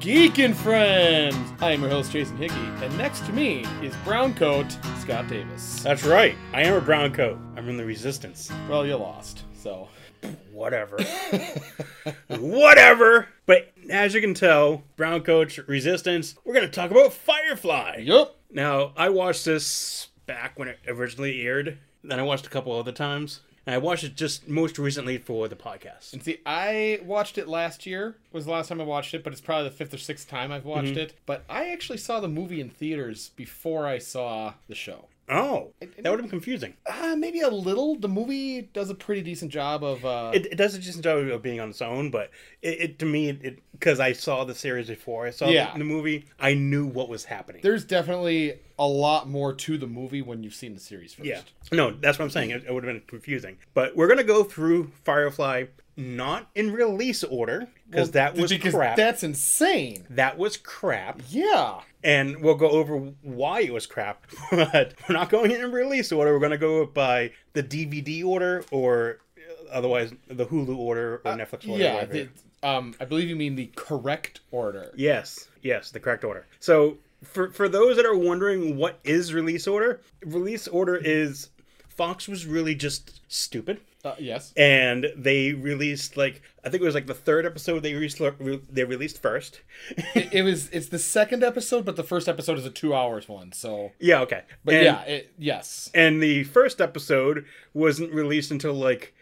Geekin' Friends! I am your host, Jason Hickey, and next to me is brown coat Scott Davis. That's right. I am a brown coat. I'm in the resistance. Well, you lost, so. Whatever. Whatever. But as you can tell, brown coat resistance. We're gonna talk about Firefly. Yup! Now I watched this back when it originally aired. Then I watched a couple other times. And I watched it just most recently for the podcast. And see, I watched it last year, was the last time I watched it, but it's probably the fifth or sixth time I've watched it. But I actually saw the movie in theaters before I saw the show. Oh, that would have been confusing. Uh, maybe a little. The movie does a pretty decent job of. Uh, It, it does a decent job of being on its own, but it, it to me, it because I saw the series before I saw the- Yeah. the, movie, I knew what was happening. there's definitely a lot more to the movie when you've seen the series first. Yeah. No, that's what I'm saying. It, it would have been confusing. But we're going to go through Firefly not in release order because that was because crap. That's insane. that was crap. Yeah. And we'll go over why it was crap. But we're not going in release order. We're going to go by the DVD order or uh, otherwise the Hulu order or Netflix order. Uh, yeah. whatever. the- um, I believe you mean the correct order. Yes, yes, the correct order. So for for those that are wondering what is release order, release order is Fox was really just stupid. Uh, yes. and they released like I think it was like the third episode they released re- they released first. it, it was. It's the second episode, but the first episode is a two hours one. So. yeah, okay. But and, yeah. It, yes. and the first episode wasn't released until like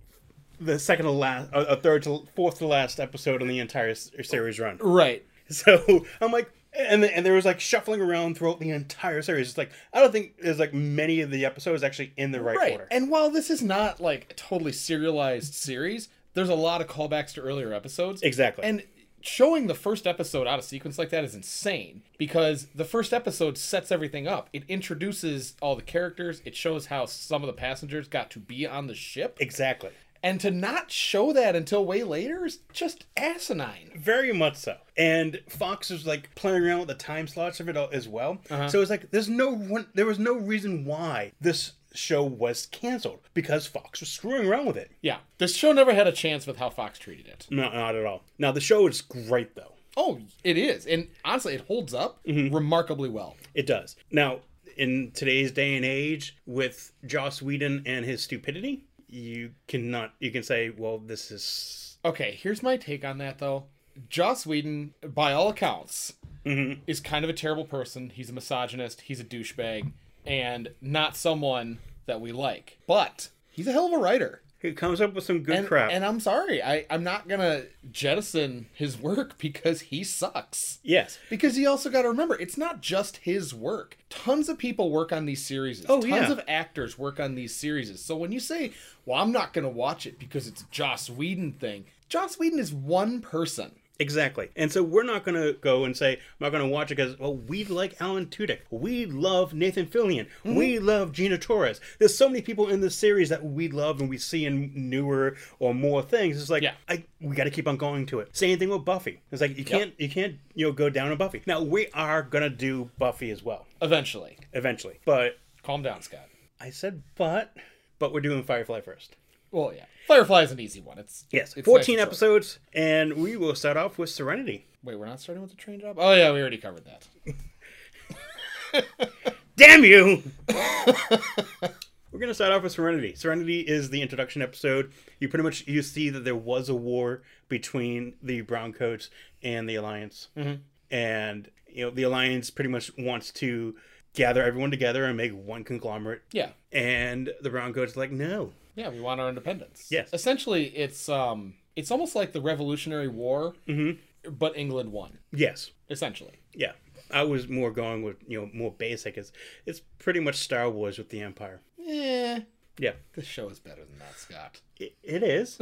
the second to last, uh, a a third to fourth to last episode in the entire s- series run. Right. So I'm like, and the, and there was like shuffling around throughout the entire series. It's like I don't think there's like many of the episodes actually in the right, Right. order. And while this is not like a totally serialized series, there's a lot of callbacks to earlier episodes. Exactly. And showing the first episode out of sequence like that is insane because the first episode sets everything up. It introduces all the characters, it shows how some of the passengers got to be on the ship. exactly. And to not show that until way later is just asinine. Very much so. And Fox was like playing around with the time slots of it all as well. Uh-huh. So it's like there's no one, there was no reason why this show was canceled because Fox was screwing around with it. Yeah. This show never had a chance with how Fox treated it. No, not at all. Now the show is great though. Oh, it is. And honestly, it holds up remarkably well. It does. Now in today's day and age with Joss Whedon and his stupidity, you cannot you can say, well, this is Okay, here's my take on that though. Joss Whedon, by all accounts, is kind of a terrible person. He's a misogynist. He's a douchebag, and not someone that we like. But he's a hell of a writer. he comes up with some good And, crap. and I'm sorry, I, I'm not gonna jettison his work because he sucks. yes. Because you also got to remember, it's not just his work. Tons of people work on these series. Oh, Tons yeah. of actors work on these series. So when you say, well, I'm not going to watch it because it's a Joss Whedon thing, Joss Whedon is one person. Exactly. And so we're not going to go and say, I'm not going to watch it because, well, we like Alan Tudyk. We love Nathan Fillion. We love Gina Torres. There's so many people in this series that we love and we see in newer or more things. It's like, Yeah. I, we got to keep on going to it. Same thing with Buffy. It's like, you can't, you can't, you know, go down on Buffy. Now, we are going to do Buffy as well, Eventually. eventually. But Calm down, Scott. I said, but, but we're doing Firefly first. Well, yeah. Firefly is an easy one. It's Yes. it's 14 nice and short. episodes. And we will start off with Serenity. Wait, we're not starting with the train job? Oh, yeah, we already covered that. Damn you! We're gonna start off with Serenity. Serenity is the introduction episode. You pretty much you see that there was a war between the Browncoats and the Alliance, and you know the Alliance pretty much wants to gather everyone together and make one conglomerate. Yeah. And the Browncoats are like, no, Yeah, we want our independence. Yes. Essentially, it's um, it's almost like the Revolutionary War, Mm-hmm. but England won. yes, Essentially. yeah. I was more going with you know more basic. It's it's pretty much Star Wars with the Empire. Eh. Yeah. This show is better than that, Scott. It, it is.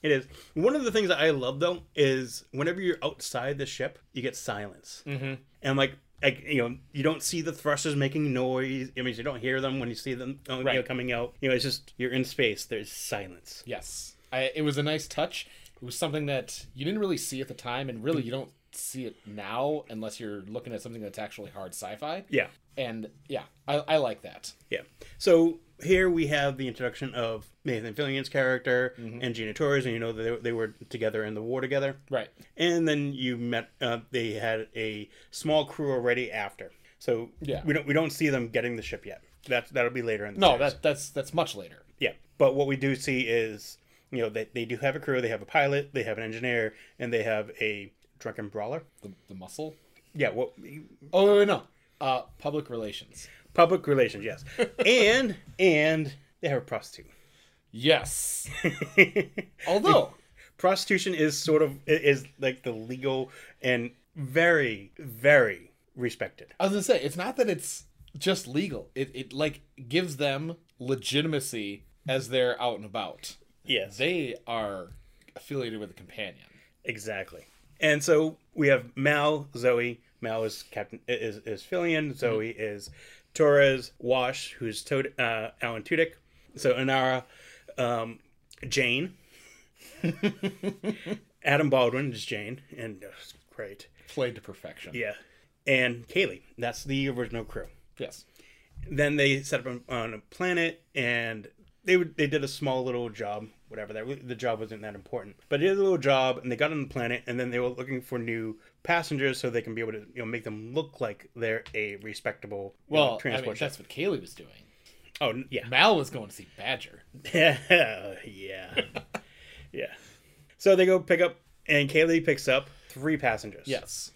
it is. One of the things that I love though is whenever you're outside the ship, you get silence. Mm-hmm. And like, like you know, you don't see the thrusters making noise. I mean, you don't hear them when you see them uh, you know, Right. coming out. You know, it's just you're in space. There's silence. Yes, I, it was a nice touch. It was something that you didn't really see at the time, and really you don't see it now unless you're looking at something that's actually hard sci-fi. Yeah, And yeah, I, I like that. yeah. So here we have the introduction of Nathan Fillion's character and Gina Torres, and you know that they, they were together in the war together. Right. And then you met. Uh, they had a small crew already after, so Yeah. we don't we don't see them getting the ship yet. That's that'll be later in the No, series. that that's that's much later. yeah. But what we do see is you know they, they do have a crew. They have a pilot. They have an engineer, and they have a drunken brawler. The the muscle. Yeah. What Oh wait, wait, no. Uh, public relations. public relations? Yes. and and they have a prostitute. Yes. Although prostitution is sort of i- is like the legal and very very respected I was gonna say it's not that it's just legal. It it like gives them legitimacy as they're out and about. yes They are affiliated with a companion. exactly and so we have mal zoe mal is captain i- is is fillion zoe is torres wash who's Tod uh alan tudyk so anara um jane adam baldwin is jane and oh, it's great Played to perfection. yeah and kaylee that's the original crew Yes. then they set up on, on a planet and they would they did a small little job whatever that the job wasn't that important but they did a little job and they got on the planet and then they were looking for new passengers so they can be able to you know make them look like they're a respectable you know, Well, I mean, transport ship. that's what Kaylee was doing. oh n- yeah Mal was going to see Badger. yeah yeah so they go pick up and Kaylee picks up three passengers Yes.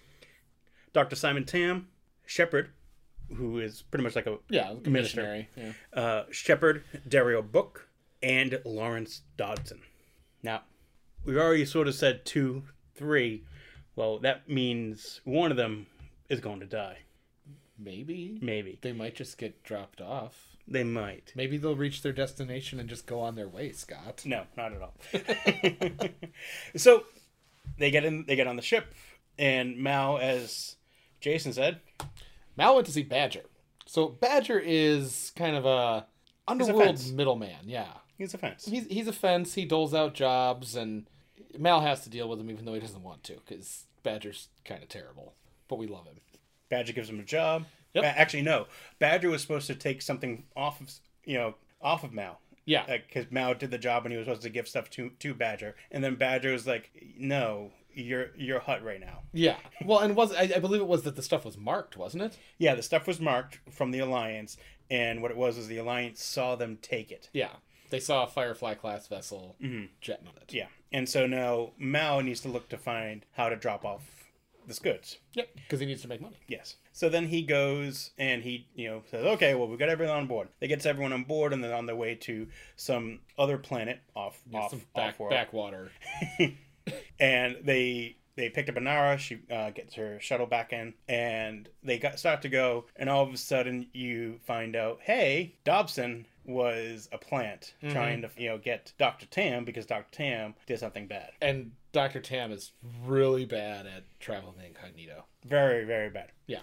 Dr Simon Tam Shepard who is pretty much like a Yeah, the Minister. missionary. Yeah. uh, Shepard, Dario Book, and Lawrence Dodson. Now, we've already sort of said two, three. Well, that means one of them is going to die. Maybe Maybe. they might just get dropped off. They might. Maybe they'll reach their destination and just go on their way, Scott. No, not at all. so they get in they get on the ship and Mao as Jason said, Mal went to see Badger. So Badger is kind of a underworld fence. middleman. Yeah, he's a fence. he's he's a fence. He doles out jobs, and Mal has to deal with him even though he doesn't want to, because Badger's kind of terrible. But we love him. Badger gives him a job. Yep. Ba- Actually no. Badger was supposed to take something off of you know, off of Mao. Yeah, because Mao did the job and he was supposed to give stuff to to Badger, and then Badger was like, "No, you're you're hot right now." yeah. Well, and was I, I believe it was that the stuff was marked, wasn't it? Yeah, the stuff was marked from the Alliance, and what it was is the Alliance saw them take it. Yeah, they saw a Firefly class vessel jetting on it. Mm-hmm. Yeah, and so now Mao needs to look to find how to drop off this goods. Yep, because he needs to make money. Yes. So then he goes and he, you know, says, "Okay, well, we've got everyone on board." They gets everyone on board, and then on their way to some other planet off off Some back off world. backwater. and they they picked up Anara. She uh, gets her shuttle back in, and they got start to go. And all of a sudden, you find out, hey, Dobson was a plant trying to you know get Doctor Tam because Doctor Tam did something bad, And Dr. Tam is really bad at traveling incognito. very very bad. Yeah.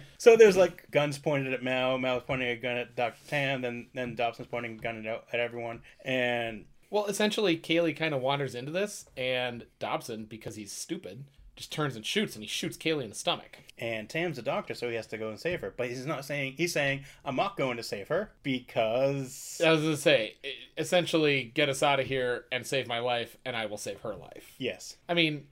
so there's like guns pointed at Mao, Mao's pointing a gun at Doctor Tam, then then Dobson's pointing a gun at, at everyone, and Well, essentially, Kaylee kind of wanders into this, and Dobson, because he's stupid, just turns and shoots, and he shoots Kaylee in the stomach. And Tam's a doctor, so he has to go and save her. But he's not saying he's saying I'm not going to save her because I was gonna say, e- essentially, get us out of here and save my life, and I will save her life. yes, I mean,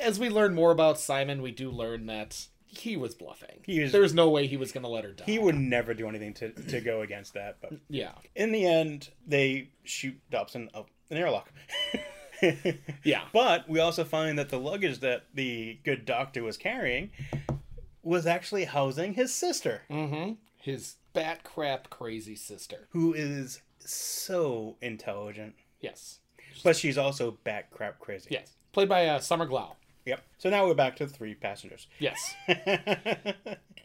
as we learn more about Simon, we do learn that he was bluffing. He was- There's no way he was gonna let her die. he would never do anything to, to go against that. But yeah, in the end, they shoot Dobson up an airlock. yeah. but we also find that the luggage that the good doctor was carrying was actually housing his sister, Mm-hmm. His bat crap crazy sister. who is so intelligent, Yes, but she's also bat crap crazy. yes. Played by uh, Summer Glau. Yep. So now we're back to three passengers. Yes.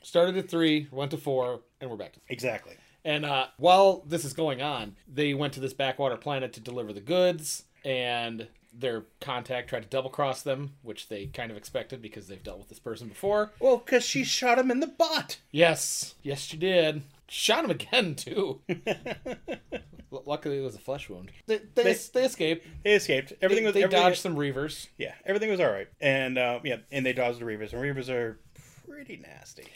Started at three, went to four, and we're back to three. exactly. And uh, while this is going on, they went to this backwater planet to deliver the goods, and their contact tried to double cross them, which they kind of expected because they've dealt with this person before. Well, because she shot him in the butt. Yes, yes, she did. Shot him again too. L- Luckily, it was a flesh wound. They they, they, escaped. They escaped. Everything was they everything, dodged some reavers. Yeah, everything was all right. And uh, yeah, and they dodged the Reavers, and Reavers are pretty nasty.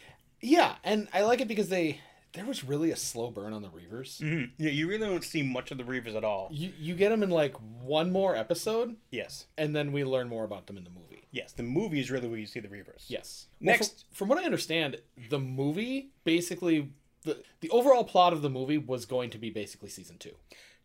Yeah, and I like it because they there was really a slow burn on the Reavers. Mhm. Yeah, you really don't see much of the Reavers at all. You you get them in like one more episode, Yes. and then we learn more about them in the movie. Yes. The movie is really where you see the Reavers. Yes. Next. from, from what I understand, the movie basically the the overall plot of the movie was going to be basically season two.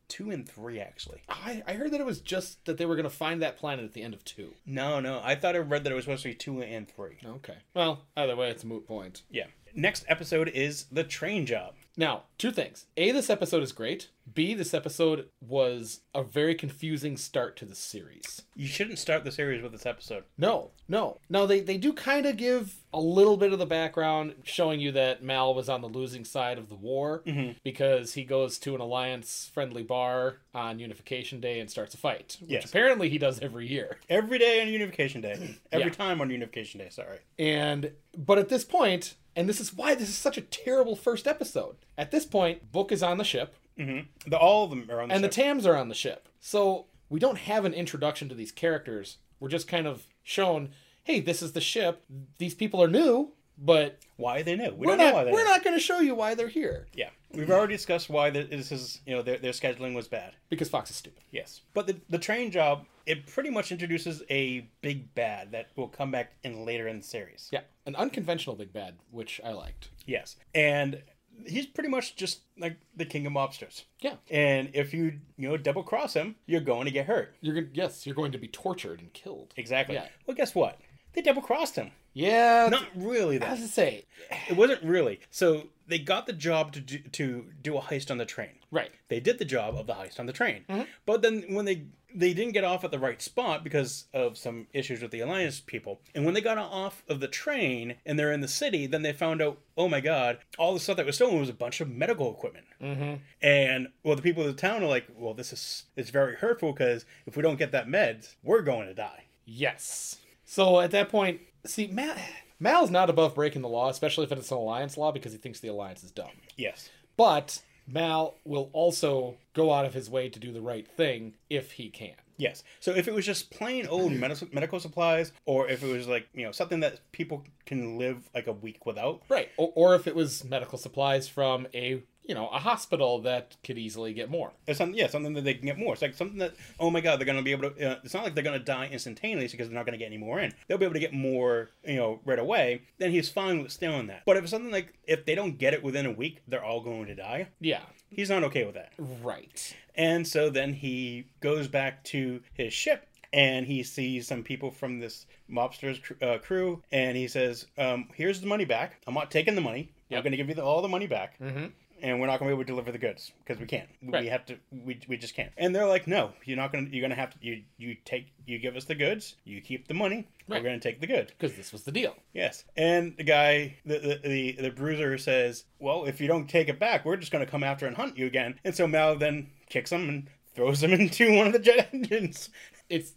Two and three, actually. I, I heard that it was just that they were going to find that planet at the end of two. No, no. I thought I read that it was supposed to be two and three. Okay. Well, either way, it's a moot point. Yeah. Next episode is the train job. Now, two things. A, this episode is great. B, this episode was a very confusing start to the series. You shouldn't start the series with this episode. No, no. No, they, they do kind of give a little bit of the background showing you that Mal was on the losing side of the war because he goes to an alliance friendly bar on Unification Day and starts a fight, which Yes. apparently he does every year. Every day on Unification Day. Every Yeah. time on Unification Day, sorry. And but at this point, and this is why this is such a terrible first episode. At this point, Book is on the ship The, all of them are on the and the ship. Tams are on the ship. So we don't have an introduction to these characters. We're just kind of shown, hey, this is the ship. These people are new, but why they know. We we're don't know not why they we're know. not going to show you why they're here Yeah. We've already discussed why th- this is, you know, their, their scheduling was bad. because Fox is stupid. Yes. But the, the train job, it pretty much introduces a big bad that will come back in later in the series. Yeah, an unconventional big bad, which I liked. Yes. And he's pretty much just like the king of mobsters. Yeah, And if you, you know, double cross him, you're going to get hurt. you're going yes, you're going to be tortured and killed. Exactly. Yeah. Well, guess what? They double crossed him. Yeah, Not really, though. as I say, It wasn't really. So they got the job to do, to do a heist on the train. right. They did the job of the heist on the train. But then when they they didn't get off at the right spot because of some issues with the alliance people. And when they got off of the train and they're in the city, then they found out, oh my god, all the stuff that was stolen was a bunch of medical equipment. Mm-hmm. And well, the people of the town are like, well, this is it's very hurtful because if we don't get that meds, we're going to die. Yes. So at that point, see, Mal, Mal's not above breaking the law, especially if it's an alliance law, because he thinks the alliance is dumb. Yes. But Mal will also go out of his way to do the right thing if he can. Yes. So if it was just plain old medical, medical supplies, or if it was like you know something that people can live like a week without, Right. Or, or if it was medical supplies from a you know a hospital that could easily get more. or something, yeah, something that they can get more. It's like something that oh my god, they're gonna be able to. Uh, it's not like they're gonna die instantaneously because they're not gonna get any more in. They'll be able to get more, you know, right away. Then he's fine with stealing that. But if it's something like if they don't get it within a week, they're all going to die. Yeah. He's not okay with that. Right. And so then he goes back to his ship and he sees some people from this mobster's cr- uh, crew and he says, um, Here's the money back. I'm not taking the money. I'm Yep. Mm-hmm. going to give you the, all the money back. And we're not going to be able to deliver the goods because we can't. We- Right. We have to. We, we just can't. And they're like, no, you're not going to. You're going to have to. You you take. You give us the goods. You keep the money. Right. We're going to take the good. Because this was the deal. Yes. And the guy, the the, the the bruiser says, "Well, if you don't take it back, we're just going to come after and hunt you again." And so Mal then kicks him and throws him into one of the jet engines. It's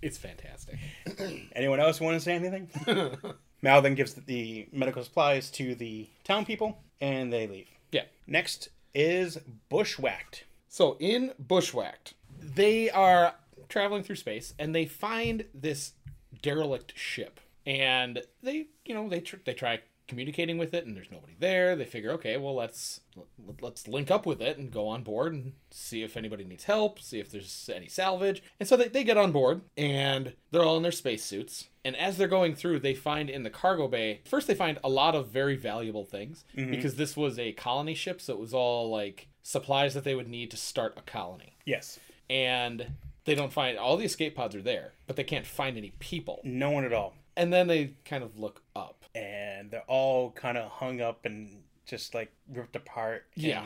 it's fantastic. Anyone else want to say anything? Mal then gives the, the medical supplies to the town people, and they leave. Yeah. Next is bushwhacked. So in Bushwhacked, they are traveling through space and they find this derelict ship. And they, you know, they tr- they try communicating with it and there's nobody there. They figure, okay, well, let's let- let's link up with it and go on board and see if anybody needs help, see if there's any salvage. And so they, they get on board and they're all in their spacesuits. And as they're going through, they find in the cargo bay, first they find a lot of very valuable things because this was a colony ship, so it was all like supplies that they would need to start a colony. Yes. And they don't find all the escape pods are there, but they can't find any people. No one at all, And then they kind of look up. and they're all kind of hung up and just like ripped apart. and- Yeah.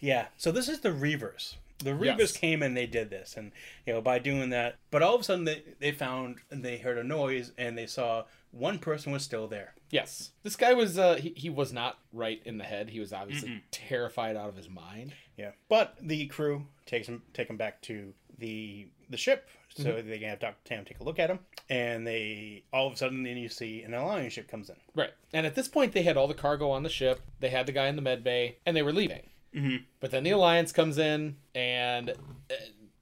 Yeah. So this is the Reavers. The Reavers Yes. came and they did this, and you know by doing that. But all of a sudden they they found and they heard a noise and they saw one person was still there. Yes. This guy was uh he, he was not right in the head. He was obviously terrified out of his mind. Yeah. But the crew takes him take him back to the the ship so they can have Doctor Tam take a look at him, and they all of a sudden then you see an alliance ship comes in. Right. And at this point, they had all the cargo on the ship. They had the guy in the med bay, and they were leaving. Mm-hmm. But then the alliance comes in, and uh,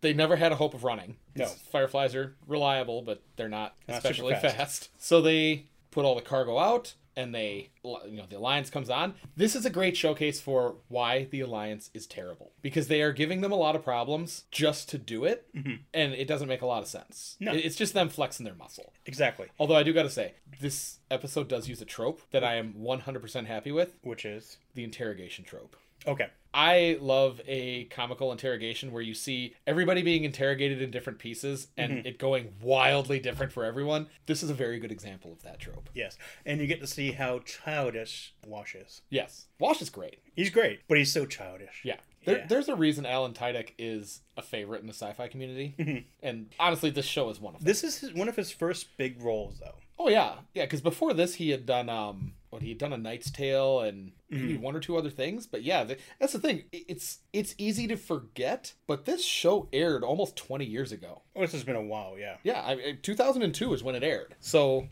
they never had a hope of running. No. fireflies are reliable, but they're not, Not super especially fast. fast. So they put all the cargo out. and they you know the alliance comes on this is a great showcase for why the alliance is terrible because they are giving them a lot of problems just to do it and it doesn't make a lot of sense Mm-hmm. No. It- it's just them flexing their muscle Exactly. although i do gotta say this episode does use a trope that i am 100% happy with Which is the interrogation trope okay. I love a comical interrogation where you see everybody being interrogated in different pieces and it going wildly different for everyone. This is a very good example of that trope. Yes, and you get to see how childish Wash is. Yes. Wash is great. He's great, but he's so childish. Yeah. There, Yeah. There's a reason Alan Tudyk is a favorite in the sci-fi community, and honestly, this show is one of them. This is his, one of his first big roles, though. Oh yeah, yeah. Because before this, he had done um, what he had done a Knight's Tale and maybe one or two other things. But yeah, th- that's the thing. I- It's it's easy to forget, but this show aired almost 20 years ago. Oh, this has been a while. Yeah. Yeah, I, I- 2002 is when it aired. So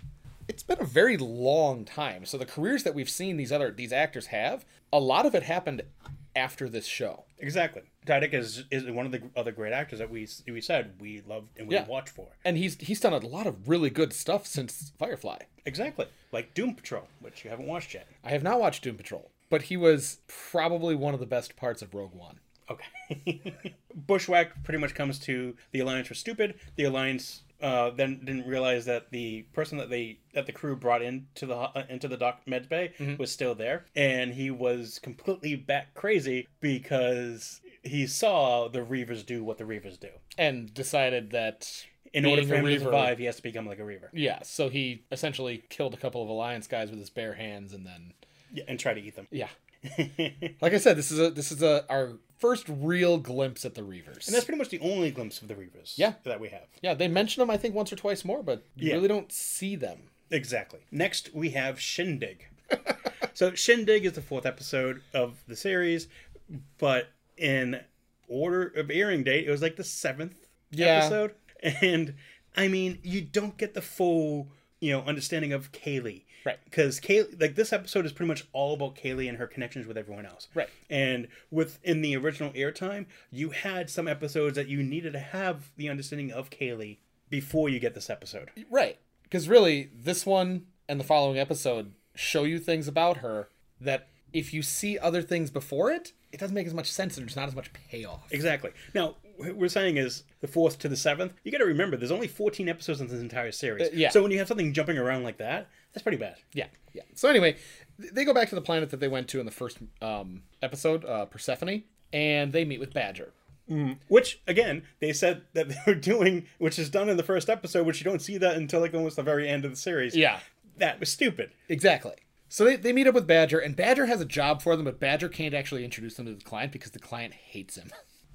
it's been a very long time. So the careers that we've seen these other these actors have, a lot of it happened after this show. Exactly. Dydick is is one of the other great actors that we we said we love and we Yeah. watch for. And he's he's done a lot of really good stuff since Firefly. Exactly. Like Doom Patrol, which you haven't watched yet. I have not watched Doom Patrol, but he was probably one of the best parts of Rogue One. Okay. Bushwhack pretty much comes to the Alliance were stupid. The Alliance uh, then didn't realize that the person that they that the crew brought into the ho- uh, into the doc med bay Mm-hmm. was still there, and he was completely bat crazy because he saw the Reavers do what the Reavers do. And decided that In order Being for a him to Reaver. survive, he has to become like a Reaver yeah, so he essentially killed a couple of Alliance guys with his bare hands and then yeah, and try to eat them. yeah. like I said, this is a this is a our first real glimpse at the Reavers. And that's pretty much the only glimpse of the Reavers Yeah. that we have. Yeah, they mention them I think once or twice more, but you Yeah. really don't see them. Exactly. Next, we have Shindig. so, Shindig is the fourth episode of the series, but in order of airing date, it was like the seventh Yeah. episode. And I mean, you don't get the full, you know, understanding of Kaylee. Right. Because Kaylee, like this episode is pretty much all about Kaylee and her connections with everyone else. Right. And within the original airtime, you had some episodes that you needed to have the understanding of Kaylee before you get this episode. Right. Because really, this one and the following episode show you things about her that if you see other things before it, it doesn't make as much sense and there's not as much payoff. Exactly. Now, what we're saying is the fourth to the seventh. You got to remember, there's only 14 episodes in this entire series. Uh, yeah. So when you have something jumping around like that, that's pretty bad. Yeah. Yeah. So anyway, th- they go back to the planet that they went to in the first um, episode, uh, Persephone, and they meet with Badger. Which, again, they said that they were doing, which is done in the first episode, which you don't see that until like almost the very end of the series. Yeah. That was stupid. Exactly. So they, they meet up with Badger, and Badger has a job for them, but Badger can't actually introduce them to the client because the client hates him.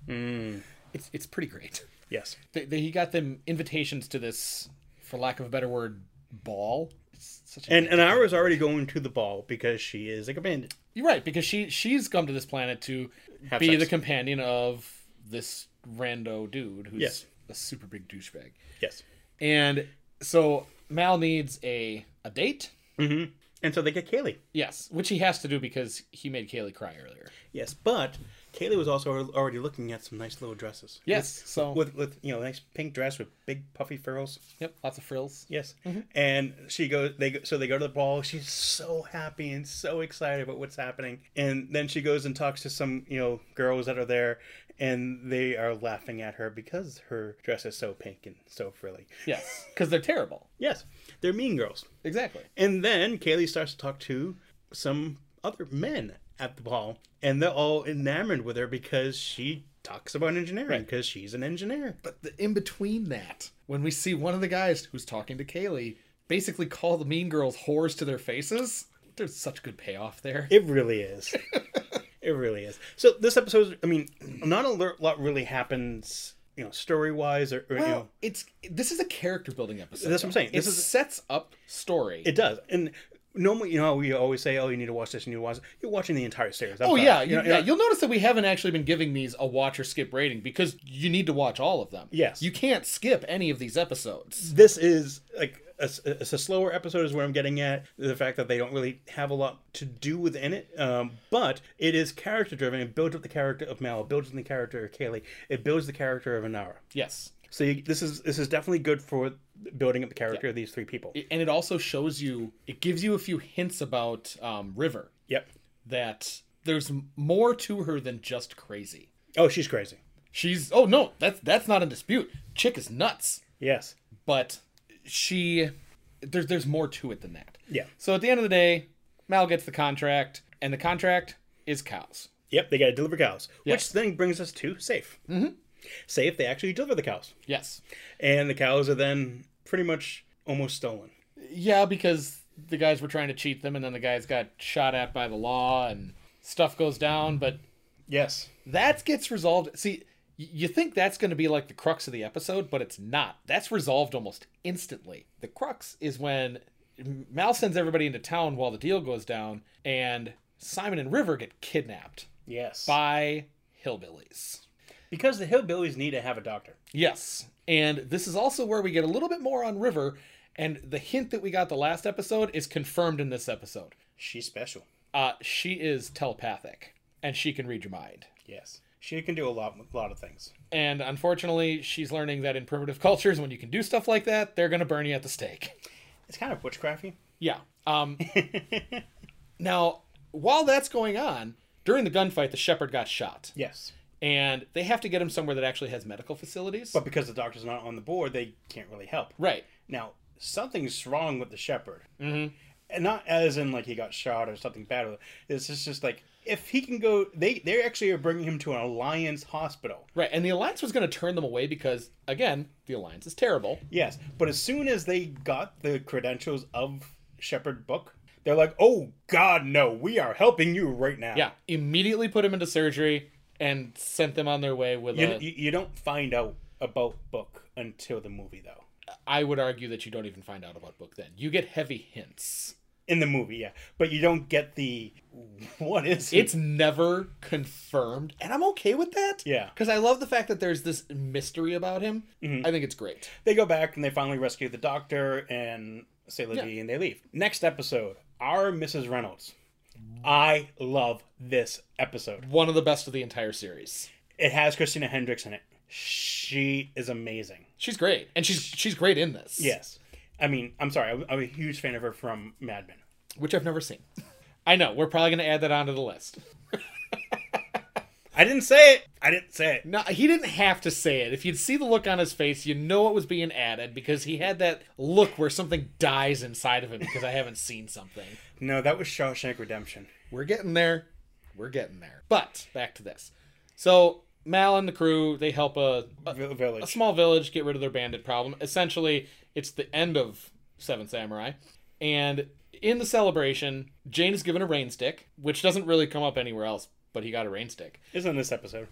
Mm. It's, it's pretty great. Yes. they, they, he got them invitations to this, for lack of a better word, ball. It's such a, And and Anara is already going to the ball because she is like a bandit. you're right because she she's come to this planet to Have be sex. the companion of this rando dude who's Yes. a super big douchebag. Yes. And so Mal needs a a date. And so they get Kaylee. Yes, which he has to do because he made Kaylee cry earlier. Yes, but Kaylee was also al- already looking at some nice little dresses. Yes, so With, with you know, nice pink dress with big puffy furls. yep, lots of frills. Yes. And she goes. They go, so they go to the ball. She's so happy and so excited about what's happening. And then she goes and talks to some you know girls that are there, and they are laughing at her because her dress is so pink and so frilly. Yes, because they're terrible. Yes, they're mean girls. Exactly. And then Kaylee starts to talk to some other men at the ball, and they're all enamored with her because she talks about engineering because she's an engineer. But the, in between that, when we see one of the guys who's talking to Kaylee basically call the mean girls whores to their faces, there's such good payoff there. It really is. it really is. So this episode, I mean, not a lo- lot really happens, you know, story wise, or, or you know, Well, it's this is a character building episode. That's what though. I'm saying. This it is- sets up story. it does. And normally, you know, how we always say, "Oh, you need to watch this, you need to watch." This. You're watching the entire series. I'm oh sorry. yeah, You know, yeah. You'll notice that we haven't actually been giving these a watch or skip rating because you need to watch all of them. Yes. you can't skip any of these episodes. This is like a s- it's a slower episode is what I'm getting at. The fact that they don't really have a lot to do within it, um, but it is character driven. It builds up the character of Mal. It builds up the character of Kaylee. It builds the character of Anara. Yes, So you, this is this is definitely good for building up the character of these three people. It- and it also shows you it gives you a few hints about um, River Yep. that there's m- more to her than just crazy. Oh, she's crazy. She's oh no, that's that's not in dispute. Chick is nuts, Yes. but she there's there's more to it than that. Yeah. So at the end of the day, Mal gets the contract, and the contract is cows. Yep. They got to deliver cows, which then brings us to safe. Mm-hmm. Safe. They actually deliver the cows, Yes. and the cows are then pretty much almost stolen. Yeah, because the guys were trying to cheat them, and then the guys got shot at by the law, and stuff goes down. But Yes. that gets resolved. See, y- you think that's going to be like the crux of the episode, but it's not. That's resolved almost instantly. The crux is when Mal sends everybody into town while the deal goes down, and Simon and River get kidnapped Yes. by hillbillies. Because the hillbillies need to have a doctor. Yes. And this is also where we get a little bit more on River. And the hint that we got the last episode is confirmed in this episode. She's special. Uh, she is telepathic and she can read your mind. Yes. She can do a lot, a lot of things. And unfortunately, she's learning that in primitive cultures, when you can do stuff like that, they're going to burn you at the stake. It's kind of witchcrafty. Yeah. Um, now, while that's going on, during the gunfight, the shepherd got shot. Yes. And they have to get him somewhere that actually has medical facilities. But because the doctor's not on the board, they can't really help. right. Now, something's wrong with the shepherd. Mm-hmm. And not as in like he got shot or something bad. It's just, just like if he can go, they they actually are bringing him to an alliance hospital. Right, and the Alliance was going to turn them away because, again, the Alliance is terrible. Yes, but as soon as they got the credentials of Shepherd Book, they're like, "Oh God, no! We are helping you right now." Yeah, immediately put them into surgery and sent them on their way with You, a. you, you don't find out about Book until the movie, though. I would argue that you don't even find out about Book then. You get heavy hints. In the movie, yeah, but you don't get the what is he? It's never confirmed, and I'm okay with that. Yeah. Because I love the fact that there's this mystery about him. I think it's great. They go back and they finally rescue the doctor and Sailor D and they leave. Next episode, our Mrs. Reynolds. I love this episode. One of the best of the entire series. It has Christina Hendricks in it. She is amazing. She's great, and she's she's great in this. Yes. I mean, I'm sorry. I'm, I'm a huge fan of her from Mad Men. which I've never seen. I know we're probably going to add that onto the list. I didn't say it. I didn't say it. No, he didn't have to say it. If you'd see the look on his face, you know it was being added because he had that look where something dies inside of him because I haven't seen something. No, that was Shawshank Redemption. We're getting there. We're getting there. But back to this. So Mal and the crew, they help a, a, Vill- a Village. small village get rid of their bandit problem. Essentially, it's the end of Seven Samurai. And in the celebration, Jane is given a rain stick, which doesn't really come up anywhere else, but he got a rain stick. Is in this episode.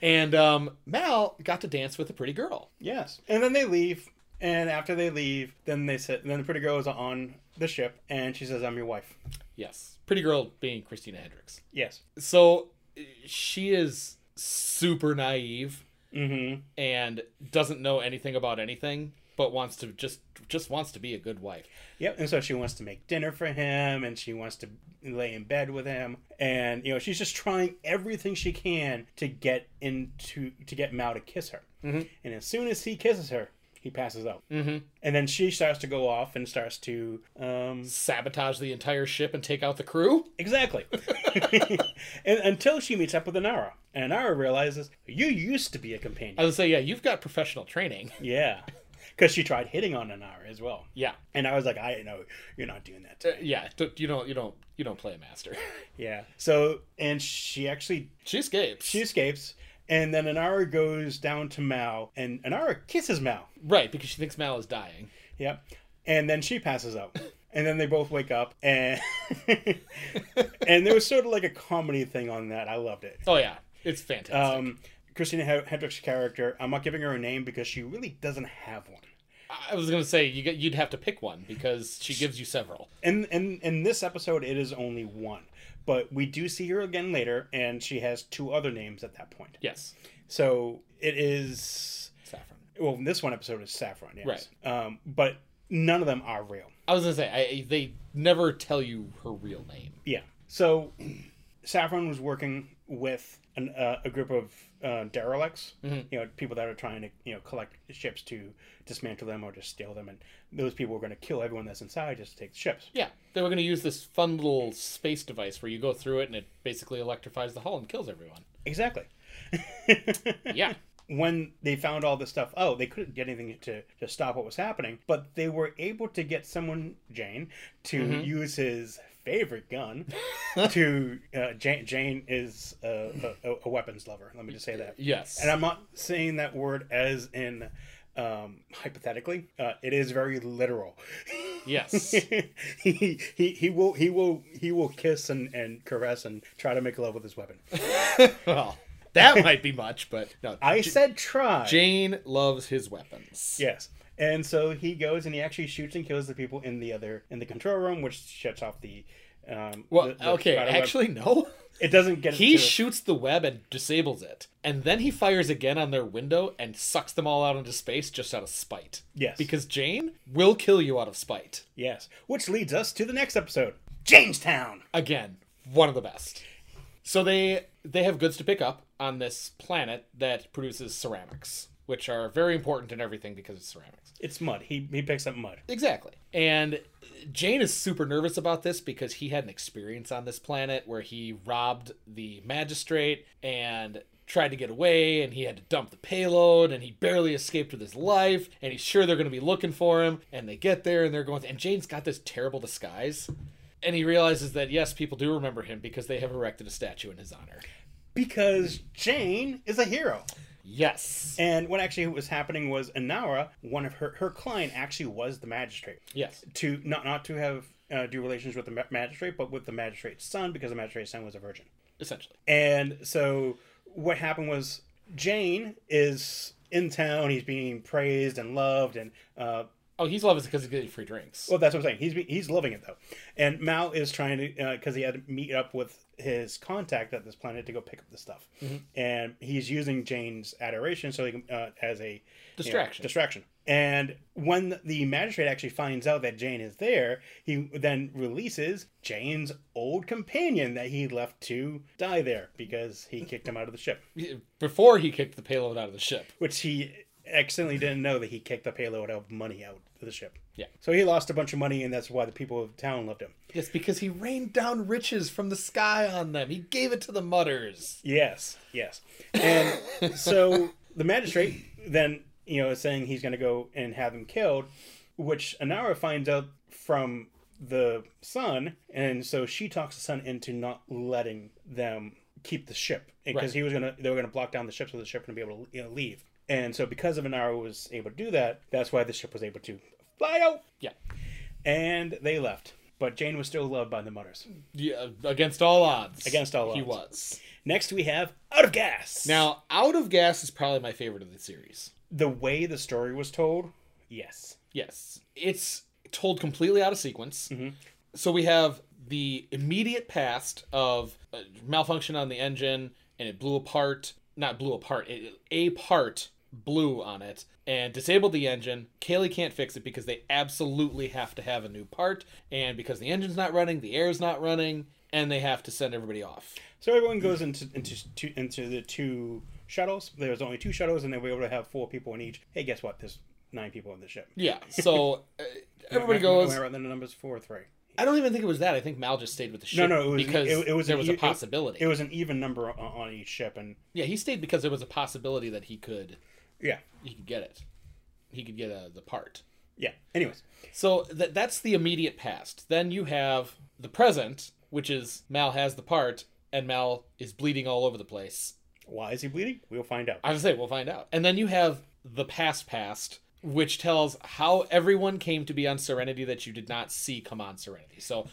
And um, Mal got to dance with a pretty girl. yes. And then they leave. And after they leave, then they sit. Then the pretty girl is on the ship, and she says, "I'm your wife." Yes. Pretty girl being Christina Hendricks. Yes. So uh, she is super naive Mm-hmm. and doesn't know anything about anything, but wants to just just wants to be a good wife. Yep, and so she wants to make dinner for him, and she wants to lay in bed with him, and you know she's just trying everything she can to get into to get Mao to kiss her. Mm-hmm. And as soon as he kisses her, he passes out, mm-hmm. and then she starts to go off and starts to um, Sabotage the entire ship and take out the crew. exactly, and, until she meets up with Anara, and Anara realizes you used to be a companion. I would say, yeah, you've got professional training. yeah, because she tried hitting on Anara as well, Yeah, and I was like, I know you're not doing that. To Uh, me. yeah. d- You don't you don't you don't play a master. Yeah. So and she actually She escapes. She escapes, and then Anara goes down to Mao, and Anara kisses Mao. right because she thinks Mal is dying. Yep. And then she passes out. And then they both wake up, and and there was sort of like a comedy thing on that. I loved it. Oh yeah, it's fantastic. Um, Christina Hen- Hendricks' character, I'm not giving her a name because she really doesn't have one. I was gonna say you get, you'd have to pick one because she gives you several. And and in this episode, it is only one, but we do see her again later, and she has two other names at that point. Yes, So it is saffron. well, this one episode is Saffron, yes. Right. Um, but none of them are real. I was gonna say I, I- they never tell you her real name. Yeah. So Saffron was working with an, uh, a group of uh, derelicts, you know, people that are trying to you know collect ships to dismantle them or just steal them, and those people are going to kill everyone that's inside just to take the ships. Yeah, they were going to use this fun little space device where you go through it and it basically electrifies the hull and kills everyone. Exactly. Yeah. when they found all this stuff out, they couldn't get anything to, to stop what was happening, but they were able to get someone, Jane, to use his favorite gun to uh, Jane, Jane is a, a, a weapons lover let me just say that yes. and i'm not saying that word as in um, hypothetically uh, it is very literal yes. he, he he will he will he will kiss and, and caress and try to make love with his weapon well, that might be much, but no. i said try Jane loves his weapons. Yes. And so he goes and he actually shoots and kills the people in the other in the control room, which shuts off the. Um, Well, the- the okay, spider web. actually, no. it doesn't get. He to- shoots the web and disables it, and then he fires again on their window and sucks them all out into space just out of spite. Yes. Because Jane will kill you out of spite. yes, which leads us to the next episode, Jamestown. Again, one of the best. So they they have goods to pick up on this planet that produces ceramics, which are very important in everything because it's ceramics. It's mud. He he picks up mud. Exactly. And Jane is super nervous about this because he had an experience on this planet where he robbed the magistrate and tried to get away and he had to dump the payload and he barely escaped with his life and he's sure they're going to be looking for him and they get there and they're going and Jane's got this terrible disguise and he realizes that yes people do remember him because they have erected a statue in his honor. Because Jane is a hero. Yes. And what actually was happening was Anara, one of her her client, actually was the magistrate. Yes. To not not to have uh, do relations with the ma- magistrate, but with the magistrate's son, because the magistrate's son was a virgin. Essentially. And so what happened was Jane is in town. He's being praised and loved, and uh, Oh, he's loving it because he's getting free drinks. well, that's what I'm saying. He's be- he's loving it though. And Mal is trying to because he had to meet up with his contact at this planet to go pick up the stuff, Mm-hmm. and he's using Jane's adoration so he can, uh, as a you know, Distraction. distraction. And when the magistrate actually finds out that Jane is there, he then releases Jane's old companion that he left to die there because he kicked him out of the ship Before he kicked the payload out of the ship. which he accidentally didn't know that he kicked the payload of money out of the ship. Yeah. So he lost a bunch of money, and that's why the people of town loved him. Yes, because he rained down riches from the sky on them. He gave it to the mutters. Yes, yes. And so the magistrate then, you know, is saying he's going to go and have them killed, which Anara finds out from the son, and so she talks the son into not letting them keep the ship because Right. he was gonna they were gonna block down the ship so the ship wouldn't be able to you know, leave. And so because of Anara was able to do that, that's why the ship was able to fly out. Yeah. And they left. But Jane was still loved by the Mutters. yeah against all odds. Against all He odds. was. Next, we have Out of Gas. Now, Out of Gas is probably my favorite of the series. the way the story was told, yes. Mm-hmm. Yes. It's told completely out of sequence. So we have the immediate past of uh, malfunction on the engine and it blew apart. Not blew apart, it, a part blew on it and disabled the engine. Kaylee can't fix it because they absolutely have to have a new part. And because the engine's not running, the air's not running, and they have to send everybody off. So everyone goes into into to, into the two shuttles. There's only two shuttles, and they were able to have four people in each. Hey, guess what? There's nine people on the ship. Yeah, so uh, everybody Am I- am goes. I right? Then the number's four or three. I don't even think it was that. I think Mal just stayed with the ship No, no, it was because it, it was there an was e- a it- possibility. It, was an even number on, on each ship, and Yeah, he stayed because there was a possibility that he could yeah, he could get it. He could get uh, the part. yeah. Anyways, So that that's the immediate past. Then you have the present, which is Mal has the part and Mal is bleeding all over the place. why is he bleeding? We'll find out. I was gonna say we'll find out. And then you have the past past, which tells how everyone came to be on Serenity that you did not see come on Serenity. So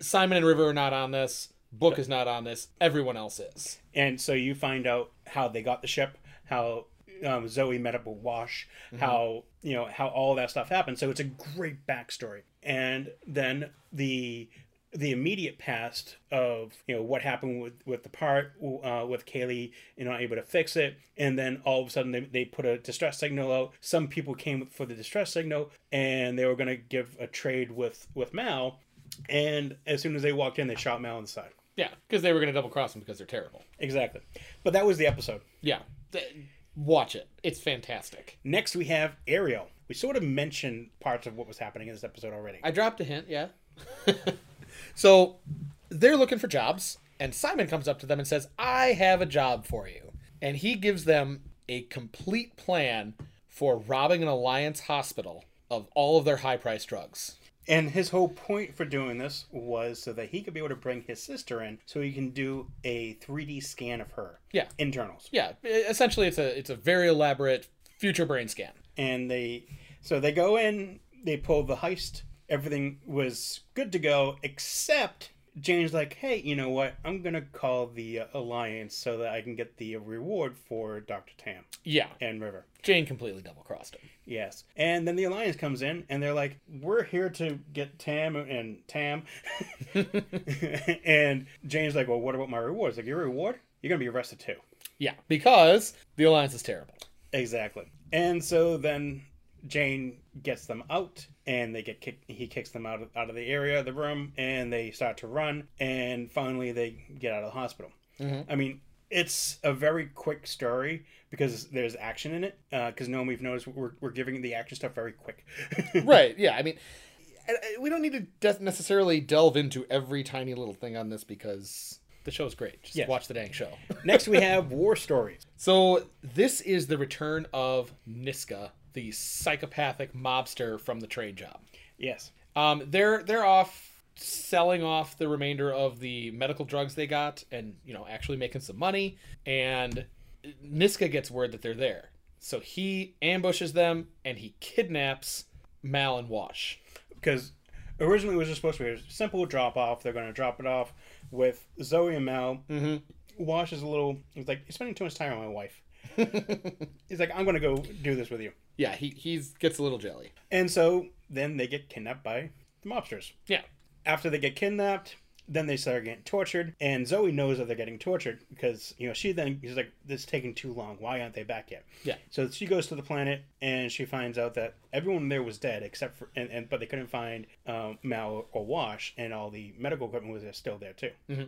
Simon and River are not on this. Book is not on this. Everyone else is. and so you find out how they got the ship, how um, Zoe met up with Wash, how you know how all that stuff happened. So it's a great backstory, and then the the immediate past of you know what happened with with the part uh, with Kaylee you know not able to fix it, and then all of a sudden they, they put a distress signal out. Some people came for the distress signal, and they were gonna give a trade with with Mal, and as soon as they walked in, they shot Mal on the side. Yeah, because they were going to double cross him because they're terrible. Exactly. But that was the episode. Yeah. Th- Watch it. It's fantastic. Next, we have Ariel. We sort of mentioned parts of what was happening in this episode already. I dropped a hint, yeah. so they're looking for jobs, and Simon comes up to them and says, I have a job for you. And he gives them a complete plan for robbing an alliance hospital of all of their high priced drugs. And his whole point for doing this was so that he could be able to bring his sister in so he can do a 3D scan of her. Yeah. Internals. Yeah, e- essentially it's a it's a very elaborate future brain scan. And they so they go in, they pull the heist, everything was good to go except Jane's like, "Hey, you know what? I'm going to call the uh, alliance so that I can get the reward for Dr. Tam Yeah. and River." Jane completely double crossed him. Yes. And then the Alliance comes in and they're like, we're here to get Tam and Tam. and Jane's like, well, what about my rewards? Like, your reward? You're going to be arrested too. Yeah, because the alliance is terrible. Exactly. And so then Jane gets them out and they get kicked. He kicks them out of, out of the area, the room, and they start to run. And finally, they get out of the hospital. I mean, it's a very quick story because there's action in it. uh, Because no one we've noticed, we're, we're giving the action stuff very quick. right yeah i mean and, uh, we don't need to de- necessarily delve into every tiny little thing on this because the show's great just Yes. watch the dang show Next, we have War Stories. so this is the return of niska the psychopathic mobster from the trade job Yes. um, they're they're off selling off the remainder of the medical drugs they got and you know actually making some money and niska gets word that they're there so he ambushes them and he kidnaps mal and wash Because originally it was just supposed to be a simple drop off. They're going to drop it off with Zoe and Mel. Mm-hmm. Wash is a little, he's like, you're spending too much time on my wife. he's like, I'm going to go do this with you. yeah he he's gets a little jelly And so then they get kidnapped by the mobsters. Yeah. After they get kidnapped, then they start getting tortured. And Zoe knows that they're getting tortured because, you know, she then is like, this is taking too long. Why aren't they back yet? Yeah. So she goes to the planet and she finds out that everyone there was dead except for, and, and but they couldn't find um, Mal or Wash and all the medical equipment was there- still there too. Mm-hmm.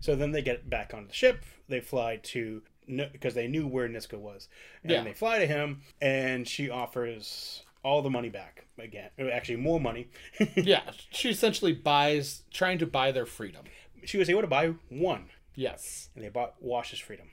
So then they get back on the ship. They fly to, because they knew where Niska was. And Yeah. they fly to him and she offers all the money back again. Or Actually, more money. yeah, she essentially buys, trying to buy their freedom. she was able to buy one. Yes, and they bought Wash's freedom.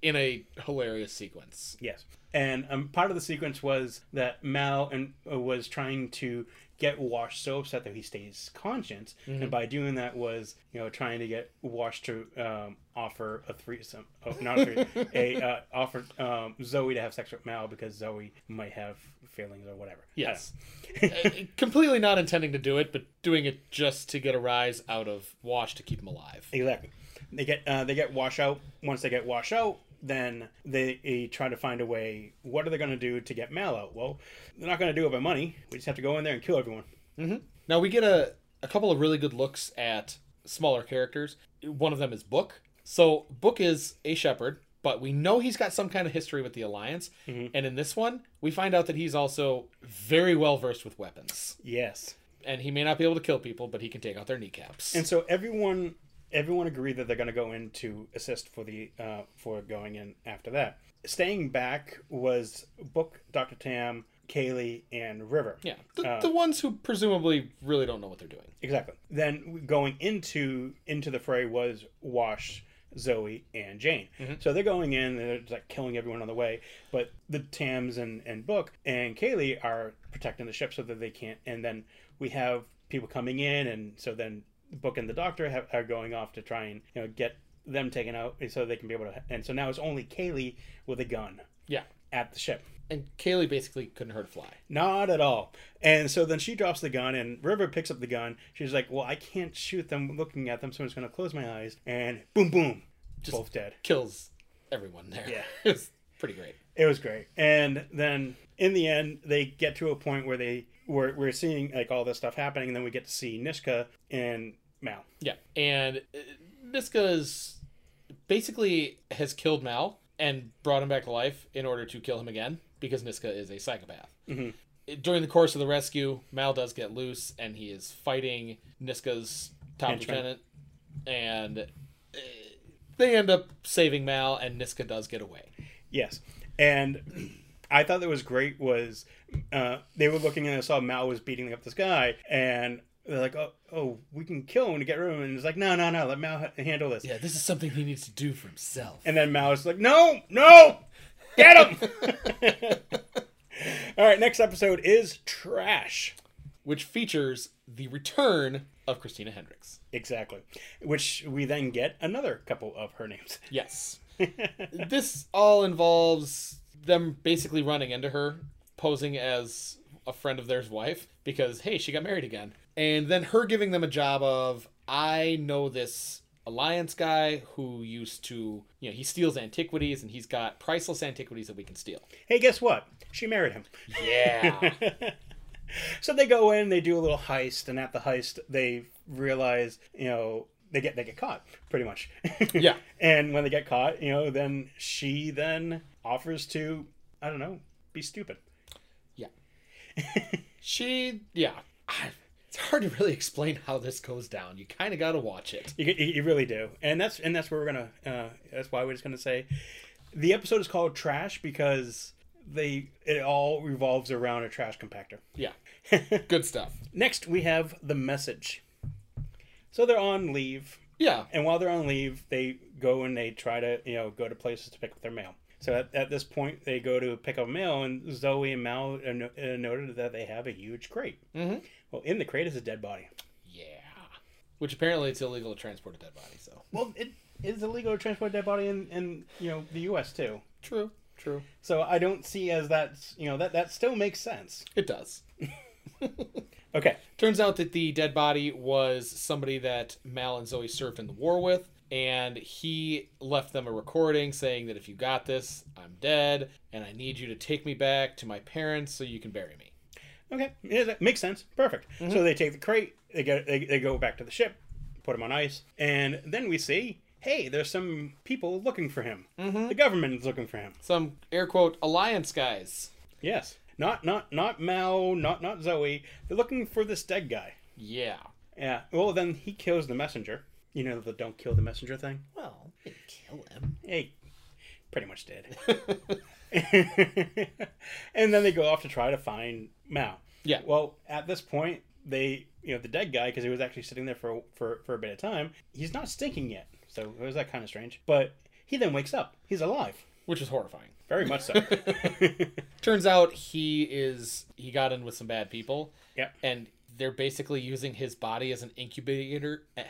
in a hilarious sequence. Yes, and um, part of the sequence was that Mal and uh, was trying to get Wash so upset that he stays conscious, and by doing that was you know trying to get Wash to um, offer a threesome, oh, not a threesome, a uh, offer um, Zoe to have sex with Mal because Zoe might have feelings or whatever. I don't Yes, Uh, completely not intending to do it, but doing it just to get a rise out of Wash to keep him alive. Exactly. They get uh, they get wash out. Once they get wash out, then they, they try to find a way. What are they going to do to get Mal out? Well, they're not going to do it by money. We just have to go in there and kill everyone. Now we get a a couple of really good looks at smaller characters. One of them is Book. So Book is a shepherd, but we know he's got some kind of history with the Alliance. And in this one, we find out that he's also very well versed with weapons, Yes. and he may not be able to kill people, but he can take out their kneecaps. And so everyone everyone agreed that they're going to go in to assist for the uh, for going in after that. Staying back was Book, Doctor Tam, Kaylee, and River. Yeah, the, uh, the ones who presumably really don't know what they're doing. Exactly. Then going into into the fray was Wash, Zoe, and Jane. So they're going in, they're just like killing everyone on the way. But the Tams and and Book and Kaylee are protecting the ship so that they can't. And then we have people coming in, and so then Book and the Doctor have, are going off to try and you know get them taken out so they can be able to. And so now it's only Kaylee with a gun Yeah, at the ship. and Kaylee basically couldn't hurt a fly. Not at all. And so then she drops the gun, and River picks up the gun. She's like, "Well, I can't shoot them looking at them, so I'm just gonna close my eyes." And boom, boom, both dead. Kills everyone there. Yeah. it was pretty great. It was great. And then in the end, they get to a point where they where we're seeing like all this stuff happening, and then we get to see Nishka and Mal. Yeah, and uh, Niska's basically has killed Mal and brought him back to life in order to kill him again because Niska is a psychopath. During the course of the rescue, Mal does get loose and he is fighting Niska's top Henchman. lieutenant, and uh, they end up saving Mal, and Niska does get away. Yes, and I thought that was great was uh, they were looking and I saw Mal was beating up this guy, and they're like, "Oh, oh, we can kill him to get rid of him." And it's like, "No, no, no, let Mal ha- handle this." Yeah, this is something he needs to do for himself. And then Mal is like, "No, no, get him!" All right, next episode is trash. which features the return of Christina Hendricks. Exactly, which we then get another couple of her names. Yes. this all involves them basically running into her, posing as a friend of theirs wife, because, hey, she got married again. And then her giving them a job of, I know this alliance guy who used to, you know, he steals antiquities and he's got priceless antiquities that we can steal. Hey, guess what? She married him. Yeah. So they go in, they do a little heist, and at the heist, they realize, you know, they get they get caught, pretty much. Yeah. And when they get caught, you know, then she then offers to, I don't know, be stupid. she, yeah. I, it's hard to really explain how this goes down. You kind of got to watch it. You, you you really do, and that's and that's where we're gonna. Uh, that's why we're just gonna say, the episode is called trash because they it all revolves around a trash compactor. Yeah. Good stuff. Next, we have the message. So they're on leave. Yeah. And while they're on leave, they go and they try to, you know, go to places to pick up their mail. So at, at this point, they go to pick up mail, and Zoe and Mal are no- uh, noted that they have a huge crate. Mhm. Well, in the crate is a dead body. Yeah. Which apparently it's illegal to transport a dead body, so. Well, it is illegal to transport a dead body in, in, you know, the U.S. too. True, true. So I don't see as that's, you know, that, that still makes sense. It does. Okay. Turns out that the dead body was somebody that Mal and Zoe served in the war with, and he left them a recording saying that if you got this, I'm dead, and I need you to take me back to my parents so you can bury me. Okay, yeah, that makes sense. Perfect. So they take the crate, they get, they, they go back to the ship, put him on ice, and then we see, hey, there's some people looking for him. The government is looking for him. Some air quote alliance guys. Yes, not not not Mao, not not Zoe. They're looking for this dead guy. Yeah. Yeah. Well, then he kills the messenger. You know the don't kill the messenger thing. Well, they kill him. Hey, pretty much did. and then they go off to try to find Mao. Yeah. Well, at this point, they you know the dead guy because he was actually sitting there for for for a bit of time. He's not stinking yet, so it was that kind of strange. But he then wakes up. He's alive, Which is horrifying. very much so. Turns out he is he got in with some bad people. Yep. And they're basically using his body as an incubator. Eh.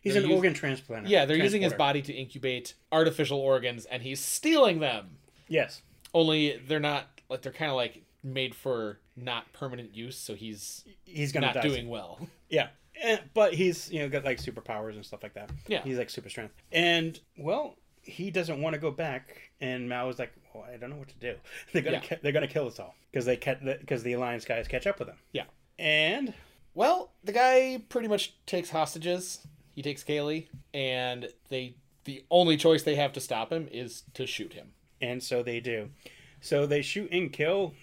He's They're an us- organ transplanter. Yeah, they're using his transporter. body to incubate artificial organs and he's stealing them. Yes. Only they're not like they're kind of like made for not permanent use, so he's He's gonna not die. doing well. Yeah. Eh, But he's, you know, got like superpowers and stuff like that. Yeah. He's like super strength. And, well, he doesn't want to go back. And Mao is like, well, I don't know what to do. They're going Yeah. to they're gonna kill us all because they ca- because the Alliance guys catch up with them. Yeah. And, Well, the guy pretty much takes hostages. He takes Kaylee and they the only choice they have to stop him is to shoot him. and so they do. So they shoot and kill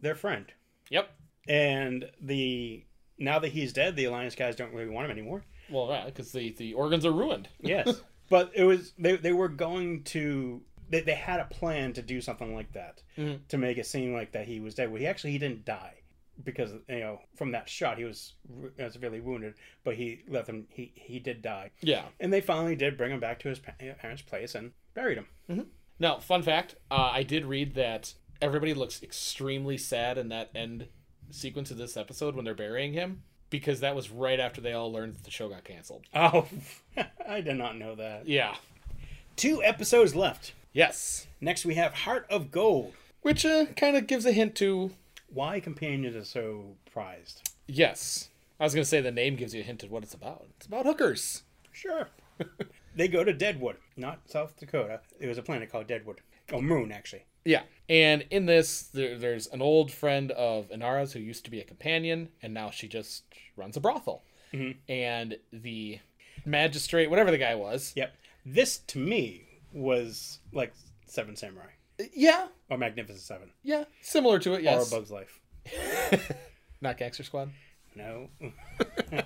their friend. Yep. And the, now that he's dead, the Alliance guys don't really want him anymore. Well, yeah, because the, the organs are ruined. Yes. but it was they, they were going to they, they had a plan to do something like that Mhm. to make it seem like that he was dead. Well, he actually he didn't die because you know from that shot he was uh, severely wounded, but he left him he he did die. Yeah. And they finally did bring him back to his pa- uh, parents' place and buried him. Now, fun fact: uh, I did read that everybody looks extremely sad in that end sequence of this episode when they're burying him, because that was right after they all learned that the show got canceled. Oh, I did not know that. Yeah. Two episodes left. Yes. Next we have Heart of Gold. Which uh, kind of gives a hint to Why companions are so prized? yes. I was gonna say the name gives you a hint of what it's about. It's about hookers. Sure. they go to Deadwood, not South Dakota. It was a planet called Deadwood. Oh, Moon, actually. Yeah. And in this, there, there's an old friend of Inara's who used to be a companion, and now she just runs a brothel. Mm-hmm. And the magistrate, whatever the guy was, Yep. This, to me, was like Seven Samurai yeah, or Magnificent Seven Yeah, similar to it. or A Yes, Bug's Life. not Gangster Squad. No. Uh,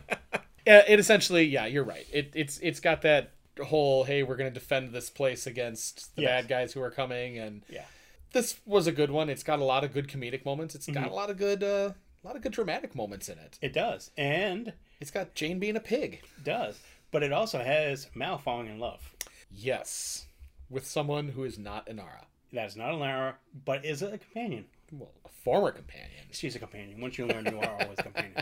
Yeah, it essentially. Yeah, you're right. It, it's it's got that whole hey we're going to defend this place against the Yes. bad guys who are coming and Yeah. this was a good one it's got a lot of good comedic moments It's got a lot of good uh, a lot of good dramatic moments in it It does. And it's got jane being a pig does. But it also has Mal falling in love. yes with someone who is not inara That is not Alara, but is a companion. well a former companion She's a companion. Once you learn, you are always a companion.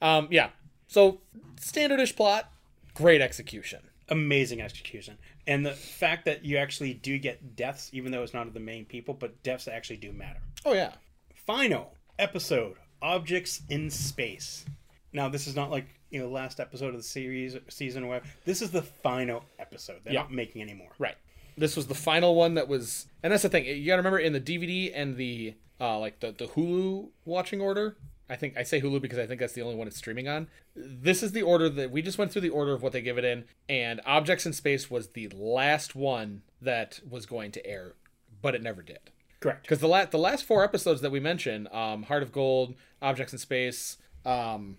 um yeah so standardish plot great execution Amazing execution. And the fact that you actually do get deaths, even though it's not of the main people, but deaths actually do matter. oh yeah final episode objects in space now this is not like you know last episode of the series season or whatever this is the final episode they're Yeah. not making any more Right. This was the final one that was, and that's the thing. You gotta remember in the DVD and the uh, like the the Hulu watching order. I think I say Hulu because I think that's the only one it's streaming on. This is the order that we just went through the order of what they give it in, and Objects in Space was the last one that was going to air, but it never did. correct Because the last the last four episodes that we mentioned, um, Heart of Gold, Objects in Space, um,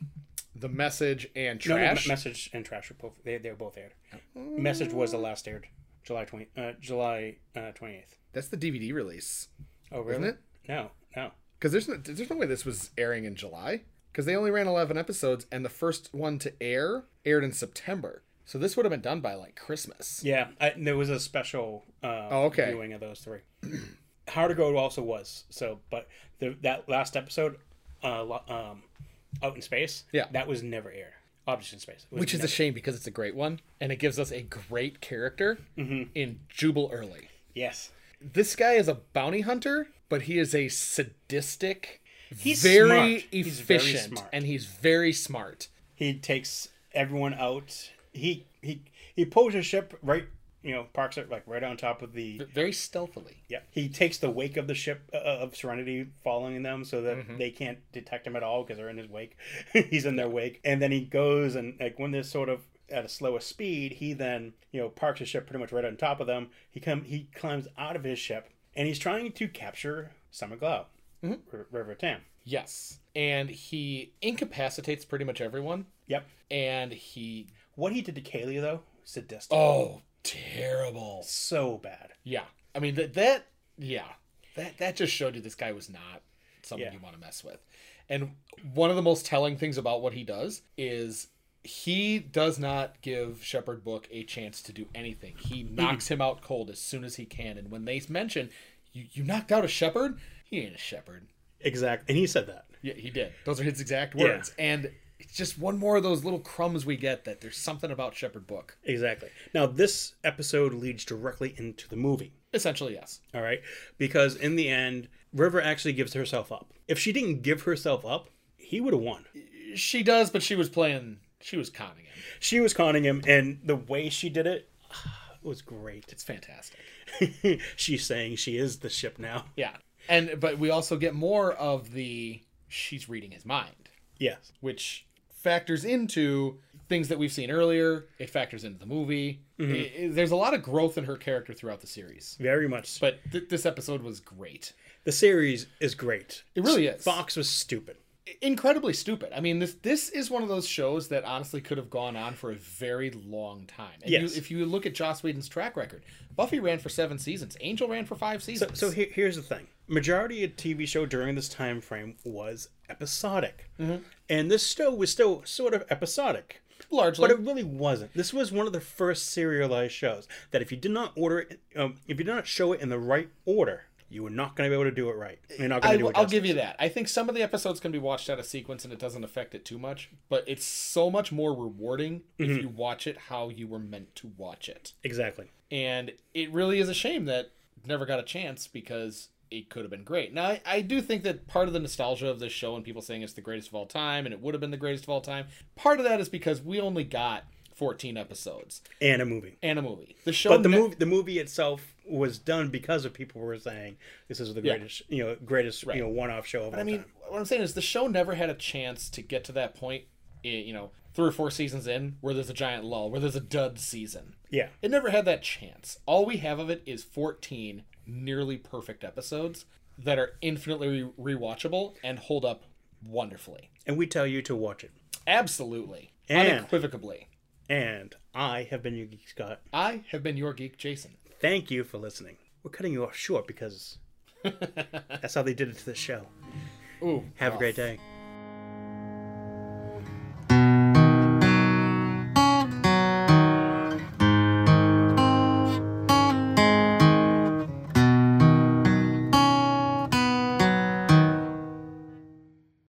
the Message, and no, no, Me- Trash. message and trash were both they, they were both aired message was the last aired july 20 uh, july uh, 28th that's the DVD release. oh really Isn't it? no no because there's no, there's no way this was airing in July because they only ran 11 episodes and the first one to air aired in September. So this would have been done by like Christmas. yeah I, there was a special uh, Oh, okay. viewing of those three how to go also was so but the, that last episode uh, lo- um, out in space Yeah. that was never aired objects in space was Which is a shame because it's a great one and it gives us a great character Mm-hmm. in Jubal Early. Yes. This guy is a bounty hunter, but he is a sadistic, He's very smart. He's very efficient, smart. and he's very smart. He takes everyone out. He he he pulls his ship right, you know, parks it like right on top of the Very stealthily. yeah. He takes the wake of the ship uh, of Serenity following them so that they can't detect him at all because they're in his wake. He's in their wake, and then he goes and like when they're sort of at a slower speed, he then you know parks his ship pretty much right on top of them. He come he climbs out of his ship and he's trying to capture Summer Glow, R- River Tam. Yes. And he incapacitates pretty much everyone. Yep. And he. What he did to Kaylee though, sadistic. Oh, terrible. so bad. Yeah. I mean that that yeah. That that just showed you this guy was not someone Yeah. you want to mess with. And one of the most telling things about what he does is he does not give Shepherd Book a chance to do anything. He knocks him out cold as soon as he can. And when they mention you, you knocked out a shepherd, he ain't a shepherd. Exactly. And he said that. Yeah, he did. Those are his exact words. And it's just one more of those little crumbs we get that there's something about Shepherd Book. Exactly. Now, this episode leads directly into the movie. Essentially, yes. All right. Because in the end, River actually gives herself up. If she didn't give herself up, he would have won. She does, but she was playing she was conning him. She was conning him, and the way she did it was great. It's fantastic. She's saying she is the ship now. Yeah. And but we also get more of the she's reading his mind, Yes. which factors into things that we've seen earlier. It factors into the movie. Mm-hmm. I- I- there's a lot of growth in her character throughout the series. Very much. so. But th- this episode was great. the series is great. It really is. Fox was stupid. Incredibly stupid. I mean, this this is one of those shows that honestly could have gone on for a very long time. And Yes. you, if you look at Joss Whedon's track record, Buffy ran for seven seasons. Angel ran for five seasons. So here, here's the thing: majority of TV show during this time frame was episodic, Mm-hmm. and this show was still sort of episodic, largely, but it really wasn't. This was one of the first serialized shows that if you did not order it, um, if you did not show it in the right order, you were not going to be able to do it right. You're not going I, to do it. will justice. give you that. I think some of the episodes can be watched out of sequence and it doesn't affect it too much, but it's so much more rewarding Mm-hmm. if you watch it how you were meant to watch it. exactly. And it really is a shame that it never got a chance because it could have been great. Now, I, I do think that part of the nostalgia of this show and people saying it's the greatest of all time and it would have been the greatest of all time, part of that is because we only got 14 episodes And a movie, and a movie. The show but the ne- movie, the movie itself was done because of people were saying this is the greatest, you know, greatest, you know, one-off show of all I mean, time. what I'm saying is the show never had a chance to get to that point, i- you know, three or four seasons in where there's a giant lull, where there's a dud season. Yeah. It never had that chance. All we have of it is 14 nearly perfect episodes that are infinitely re- rewatchable and hold up wonderfully. And we tell you to watch it. Absolutely. And- Unequivocally. and I have been your geek Scott. I have been your geek, Jason. Thank you for listening. We're cutting you off short because that's how they did it to the show. Ooh, rough. Have Oh. a great day.